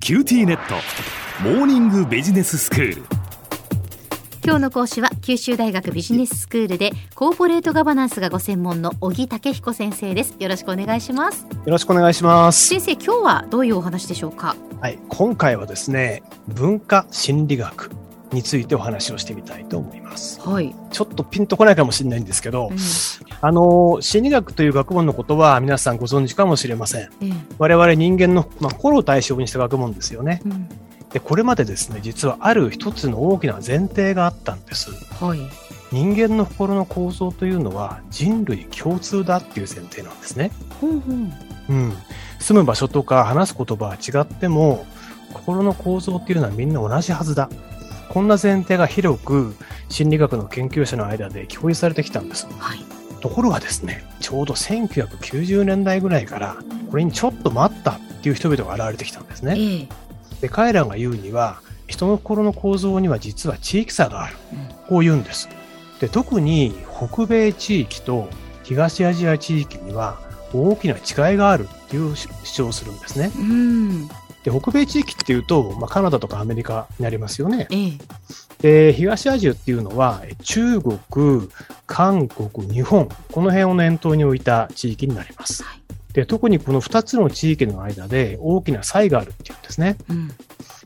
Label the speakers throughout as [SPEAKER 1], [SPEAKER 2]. [SPEAKER 1] キューティーネットモーニングビジネススクール
[SPEAKER 2] 今日の講師は九州大学ビジネススクールでコーポレートガバナンスがご専門の小木武彦先生ですよろしくお願いします
[SPEAKER 3] よろしくお願いします。
[SPEAKER 2] 先生今日はどういうお話でしょうか
[SPEAKER 3] はい、今回はですね、文化心理学についてお話をしてみたいと思います。
[SPEAKER 2] はい、
[SPEAKER 3] ちょっとピンとこないかもしれないんですけど
[SPEAKER 2] うん、
[SPEAKER 3] あの、心理学という学問のことは皆さんご存知かもしれません。
[SPEAKER 2] ええ
[SPEAKER 3] 我々人間の、まあ、心を対象にした学問ですよね。
[SPEAKER 2] うん、
[SPEAKER 3] で、これまでですね、実はある一つの大きな前提があったんです。
[SPEAKER 2] はい
[SPEAKER 3] 人間の心の構造というのは人類共通だっていう前提なんですね。
[SPEAKER 2] ほんほん
[SPEAKER 3] うん、住む場所とか話す言葉は違っても心の構造っていうのはみんな同じはずだこんな前提が広く心理学の研究者の間で共有されてきたんです
[SPEAKER 2] はい
[SPEAKER 3] ところがですねちょうど1990年代ぐらいからこれにちょっと待ったっていう人々が現れてきたんですね
[SPEAKER 2] ええ
[SPEAKER 3] で彼らが言うには人の心の構造には実は地域差がある
[SPEAKER 2] うん
[SPEAKER 3] こう言うんですで特に北米地域と東アジア地域には大きな違いがあるっていう主主張をするんですね
[SPEAKER 2] うん
[SPEAKER 3] で北米地域っていうと、まあ、カナダとかアメリカになりますよね
[SPEAKER 2] ええ
[SPEAKER 3] で東アジアっていうのはえ中国韓国日本この辺を念頭に置いた地域になります
[SPEAKER 2] はい
[SPEAKER 3] で特にこの2つの地域の間で大きな差異があるっていうんですね
[SPEAKER 2] うん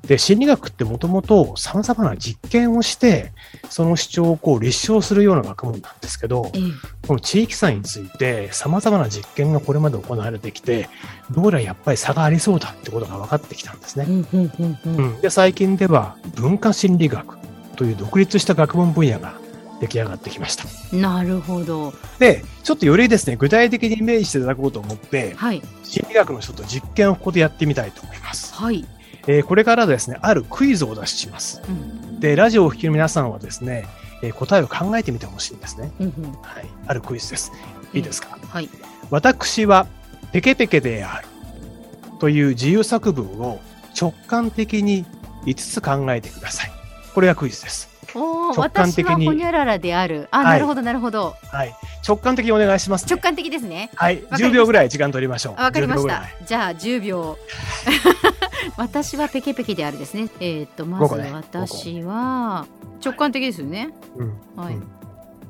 [SPEAKER 3] で心理学ってもともとさまざまな実験をしてその主張をこう立証するような学問なんですけど
[SPEAKER 2] ええ
[SPEAKER 3] この地域差についてさまざまな実験がこれまで行われてきてどうやらやっぱり差がありそうだってことが分かってきたんですね
[SPEAKER 2] ほ。んほんほんほん
[SPEAKER 3] うん、で最近では文化心理学という独立した学問分野が出来上がってきました。
[SPEAKER 2] なるほど
[SPEAKER 3] でちょっとよりですね具体的にイメージしていただこうと思って
[SPEAKER 2] はい
[SPEAKER 3] 心理学のちょっと実験をここでやってみたいと思います。
[SPEAKER 2] はい、
[SPEAKER 3] えーこれからですねあるクイズをお出しします。
[SPEAKER 2] うん、
[SPEAKER 3] でラジオをお聞きの皆さんはですね、えー答えを考えてみてほしいんですね。
[SPEAKER 2] ほんほん
[SPEAKER 3] はい、あるクイズです。いいですか、
[SPEAKER 2] はい
[SPEAKER 3] 私はペケペケであるという自由作文を直感的に5つ考えてください。これがクイズです。
[SPEAKER 2] おお
[SPEAKER 3] 直感
[SPEAKER 2] 私
[SPEAKER 3] 的に
[SPEAKER 2] はほにゃららであるあ、
[SPEAKER 3] はい
[SPEAKER 2] なるほどなるほど
[SPEAKER 3] はい、直感的にお願いします、
[SPEAKER 2] 直感的ですね
[SPEAKER 3] はい、
[SPEAKER 2] ました
[SPEAKER 3] 10秒ぐらい時間取りましょう。
[SPEAKER 2] あわかりま
[SPEAKER 3] 10
[SPEAKER 2] し
[SPEAKER 3] 秒ぐ
[SPEAKER 2] た
[SPEAKER 3] らい。
[SPEAKER 2] じゃあ10秒。 私はペケペケであるですね。えーっとま
[SPEAKER 3] 五
[SPEAKER 2] ず
[SPEAKER 3] 個ね
[SPEAKER 2] 私は直感的ですよね。
[SPEAKER 3] うん
[SPEAKER 2] はい
[SPEAKER 3] うん。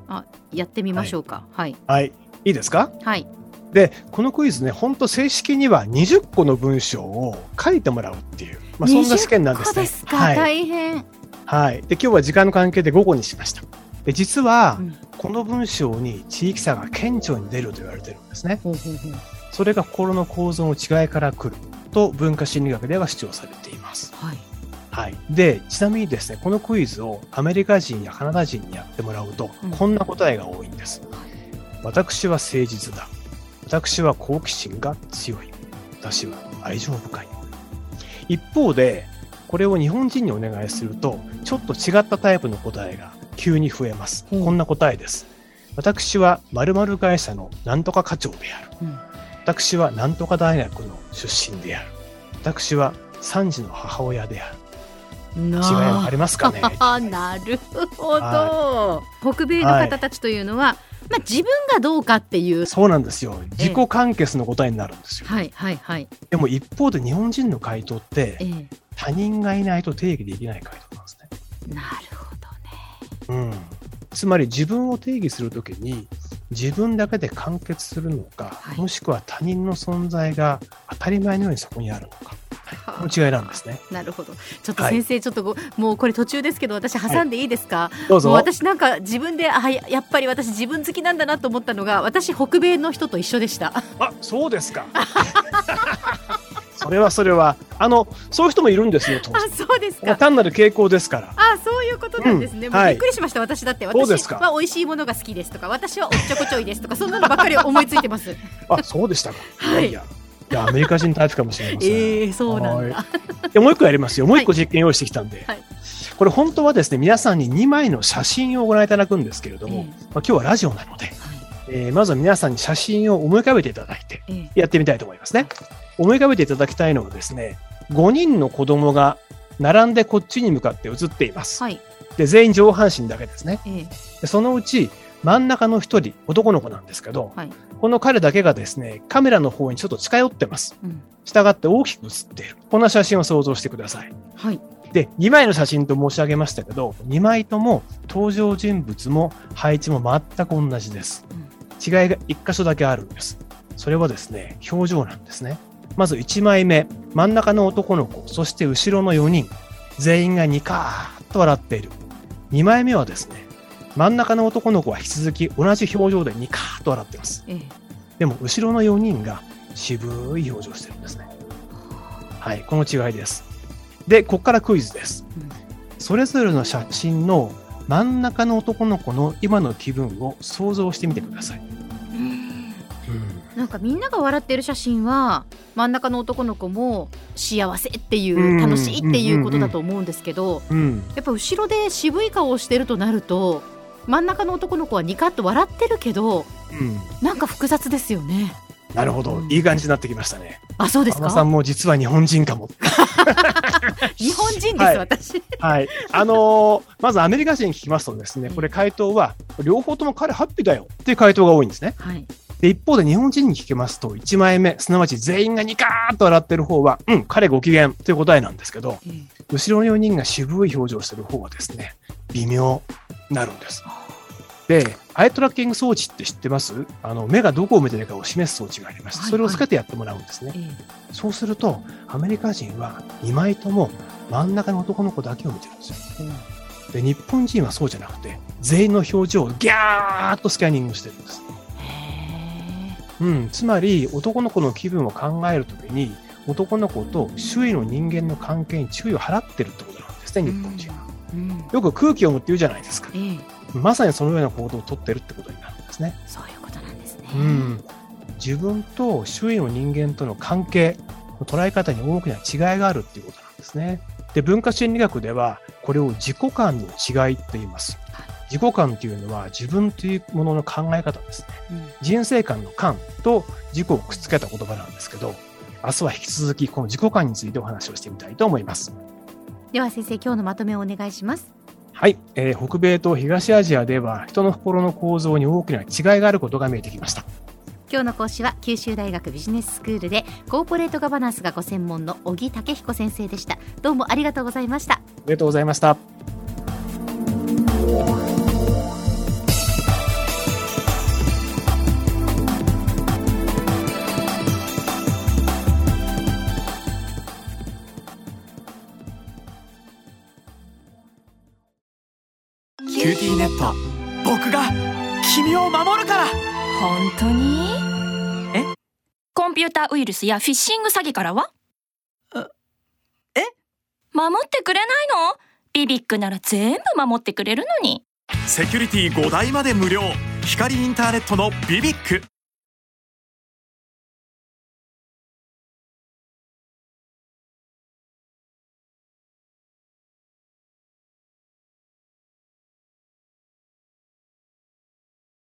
[SPEAKER 2] あやってみましょうか。はい
[SPEAKER 3] はい、いいですか
[SPEAKER 2] はい。
[SPEAKER 3] で、このクイズね、本当正式には20個の文章を書いてもらうっていう、まあ、そんな試験なんです
[SPEAKER 2] 20個で
[SPEAKER 3] ね。
[SPEAKER 2] すか、
[SPEAKER 3] はい
[SPEAKER 2] 大変。
[SPEAKER 3] はい。で、今日は時間の関係で午後にしました。で、実は
[SPEAKER 2] うん、
[SPEAKER 3] この文章に地域差が顕著に出ると言われてるんですね。
[SPEAKER 2] ほうほうほう
[SPEAKER 3] それが心の構造の違いから来ると文化心理学では主張されています。
[SPEAKER 2] はい。
[SPEAKER 3] はい。で、ちなみにですね、このクイズをアメリカ人やカナダ人にやってもらうと
[SPEAKER 2] うん、
[SPEAKER 3] こんな答えが多いんです。私は誠実だ。私は好奇心が強い。私は愛情深い。一方で、これを日本人にお願いすると、ちょっと違ったタイプの答えが急に増えます。
[SPEAKER 2] うん
[SPEAKER 3] こんな答えです。私は〇〇会社のなんとか課長である。
[SPEAKER 2] うん
[SPEAKER 3] 私はなんとか大学の出身である。私は3児の母親である。違いはあ
[SPEAKER 2] な
[SPEAKER 3] りますかね
[SPEAKER 2] あ。なるほど
[SPEAKER 3] は。
[SPEAKER 2] 北米の方たちというのは、まあ自分がどうかっていう。
[SPEAKER 3] そうなんですよ。
[SPEAKER 2] ええ
[SPEAKER 3] 自己完結の答えになるんですよ。
[SPEAKER 2] はいはいはい。
[SPEAKER 3] でも一方で日本人の回答っ
[SPEAKER 2] え
[SPEAKER 3] て
[SPEAKER 2] ー、
[SPEAKER 3] 他人がいないと定義できない回答なんですね。
[SPEAKER 2] なるほどね。
[SPEAKER 3] うん、つまり自分を定義するときに自分だけで完結するのか、
[SPEAKER 2] はい
[SPEAKER 3] もしくは他人の存在が当たり前のようにそこにあるのか、
[SPEAKER 2] はあ
[SPEAKER 3] この違いなんですね。
[SPEAKER 2] なるほど。ちょっと
[SPEAKER 3] はい
[SPEAKER 2] 先生、ちょっとご、もうこれ途中ですけど、私挟んでいいですか。
[SPEAKER 3] どうぞ。
[SPEAKER 2] もう私なんか自分で、あ、ややっぱり私自分好きなんだなと思ったのが、私北米の人と一緒でした。
[SPEAKER 3] あそうですか。 それはそれはあのそういう人もいるんですよ当
[SPEAKER 2] あ
[SPEAKER 3] 然、
[SPEAKER 2] そうです
[SPEAKER 3] まあ
[SPEAKER 2] か。
[SPEAKER 3] 単なる傾向ですから。
[SPEAKER 2] あ、そういうことなんですね。
[SPEAKER 3] うん
[SPEAKER 2] もう
[SPEAKER 3] は
[SPEAKER 2] び
[SPEAKER 3] い
[SPEAKER 2] っくりしました。私だって、
[SPEAKER 3] そうです
[SPEAKER 2] 私
[SPEAKER 3] か
[SPEAKER 2] は美味しいものが好きですとか、私はおっちょこちょいですとか、そんなのばっかり思いついて ます。
[SPEAKER 3] あそうでしたか。
[SPEAKER 2] はい
[SPEAKER 3] いやいやいやアメリカ人タイプかもしれません。
[SPEAKER 2] ええそうなんだ。
[SPEAKER 3] でもう一個やりますよ。もう一個実験用意してきたんで。
[SPEAKER 2] はい
[SPEAKER 3] これ本当はですね、皆さんに2枚の写真をご覧いただくんですけれども、
[SPEAKER 2] ええ
[SPEAKER 3] まあ、今日はラジオなので、えーまずは皆さんに写真を思い浮かべていただいて、
[SPEAKER 2] ええ
[SPEAKER 3] やってみたいと思いますね。思い浮かべていただきたいのはですね、5人の子供が並んでこっちに向かって写っています。
[SPEAKER 2] はい、
[SPEAKER 3] で、全員上半身だけですね。
[SPEAKER 2] ええ
[SPEAKER 3] でそのうち真ん中の一人、男の子なんですけど、
[SPEAKER 2] はい
[SPEAKER 3] この彼だけがですね、カメラの方にちょっと近寄ってます。
[SPEAKER 2] うん
[SPEAKER 3] 従って大きく写っている。こんな写真を想像してください。
[SPEAKER 2] はい
[SPEAKER 3] で、2枚の写真と申し上げましたけど、2枚とも登場人物も配置も全く同じです。
[SPEAKER 2] うん
[SPEAKER 3] 違いが1箇所だけあるんです。それはですね、表情なんですね。まず1枚目、真ん中の男の子、そして後ろの4人、全員がニカーッと笑っている。2枚目はですね、真ん中の男の子は引き続き同じ表情でニカーッと笑っています。
[SPEAKER 2] ええ
[SPEAKER 3] でも後ろの4人が渋い表情をしてるんですね。はい、この違いです。で、ここからクイズです
[SPEAKER 2] うん。
[SPEAKER 3] それぞれの写真の真ん中の男の子の今の気分を想像してみてください。
[SPEAKER 2] なんかみんなが笑ってる写真は真ん中の男の子も幸せっていう楽しいっていうことだと思うんですけど
[SPEAKER 3] うん、
[SPEAKER 2] やっぱ後ろで渋い顔をしてるとなると真ん中の男の子はニカッと笑ってるけど
[SPEAKER 3] うん、
[SPEAKER 2] なんか複雑ですよね
[SPEAKER 3] なるほど
[SPEAKER 2] う、ん
[SPEAKER 3] いい感じになってきましたね。
[SPEAKER 2] あそうです
[SPEAKER 3] 浜さ
[SPEAKER 2] か
[SPEAKER 3] んも実は日本人 かも。
[SPEAKER 2] 日本人です、
[SPEAKER 3] はい
[SPEAKER 2] 私
[SPEAKER 3] はい、あのーまずアメリカ人に聞きますとですね、これ回答は両方とも彼ハッピーだよっていう回答が多いんですね。
[SPEAKER 2] はい
[SPEAKER 3] で、一方で日本人に聞けますと、1枚目、すなわち全員がニカーッと笑ってる方は、うん、彼ご機嫌という答えなんですけど、
[SPEAKER 2] ええ
[SPEAKER 3] 後ろの4人が渋い表情をしてる方はですね、微妙になるんです。で、アイトラッキング装置って知ってますあの、目がどこを見てるかを示す装置がありま
[SPEAKER 2] はい
[SPEAKER 3] す。
[SPEAKER 2] はい
[SPEAKER 3] それをつけてやってもらうんですね。
[SPEAKER 2] え
[SPEAKER 3] そうすると、アメリカ人は2枚とも真ん中の男の子だけを見てるんですよ。で、日本人はそうじゃなくて、全員の表情をギャーッとスキャニングしてるんです。
[SPEAKER 2] えへ
[SPEAKER 3] うん、つまり男の子の気分を考えるときに男の子と周囲の人間の関係に注意を払ってるってことなんです
[SPEAKER 2] え
[SPEAKER 3] ね日本人は、
[SPEAKER 2] うんうん
[SPEAKER 3] よく空気を読むって言うじゃないですか
[SPEAKER 2] ええ
[SPEAKER 3] まさにそのような行動をとってるってことになるんですね、
[SPEAKER 2] そういうことなんですね、
[SPEAKER 3] うん、自分と周囲の人間との関係の捉え方に大きな違いがあるっていうことなんですねで文化心理学ではこれを自己観の違いと言います自己観というのは自分というものの考え方ですね
[SPEAKER 2] うん
[SPEAKER 3] 人生観の観と自己をくっつけた言葉なんですけど、明日は引き続きこの自己観についてお話をしてみたいと思います。
[SPEAKER 2] では先生今日のまとめをお願いします
[SPEAKER 3] はい、えー北米と東アジアでは人の心の構造に大きな違いがあることが見えてきました。
[SPEAKER 2] 今日の講師は九州大学ビジネススクールでコーポレートガバナンスがご専門の小木武彦先生でしたどうもありがとうございました
[SPEAKER 3] ありがとうございました。
[SPEAKER 4] キューティーネット僕が君を守るから
[SPEAKER 5] 本当に
[SPEAKER 4] え
[SPEAKER 5] コンピューターウイルスやフィッシング詐欺からは
[SPEAKER 4] え
[SPEAKER 5] 守ってくれないのビビックなら全部守ってくれるのに
[SPEAKER 4] セキュリティ5台まで無料光インターネットのビビック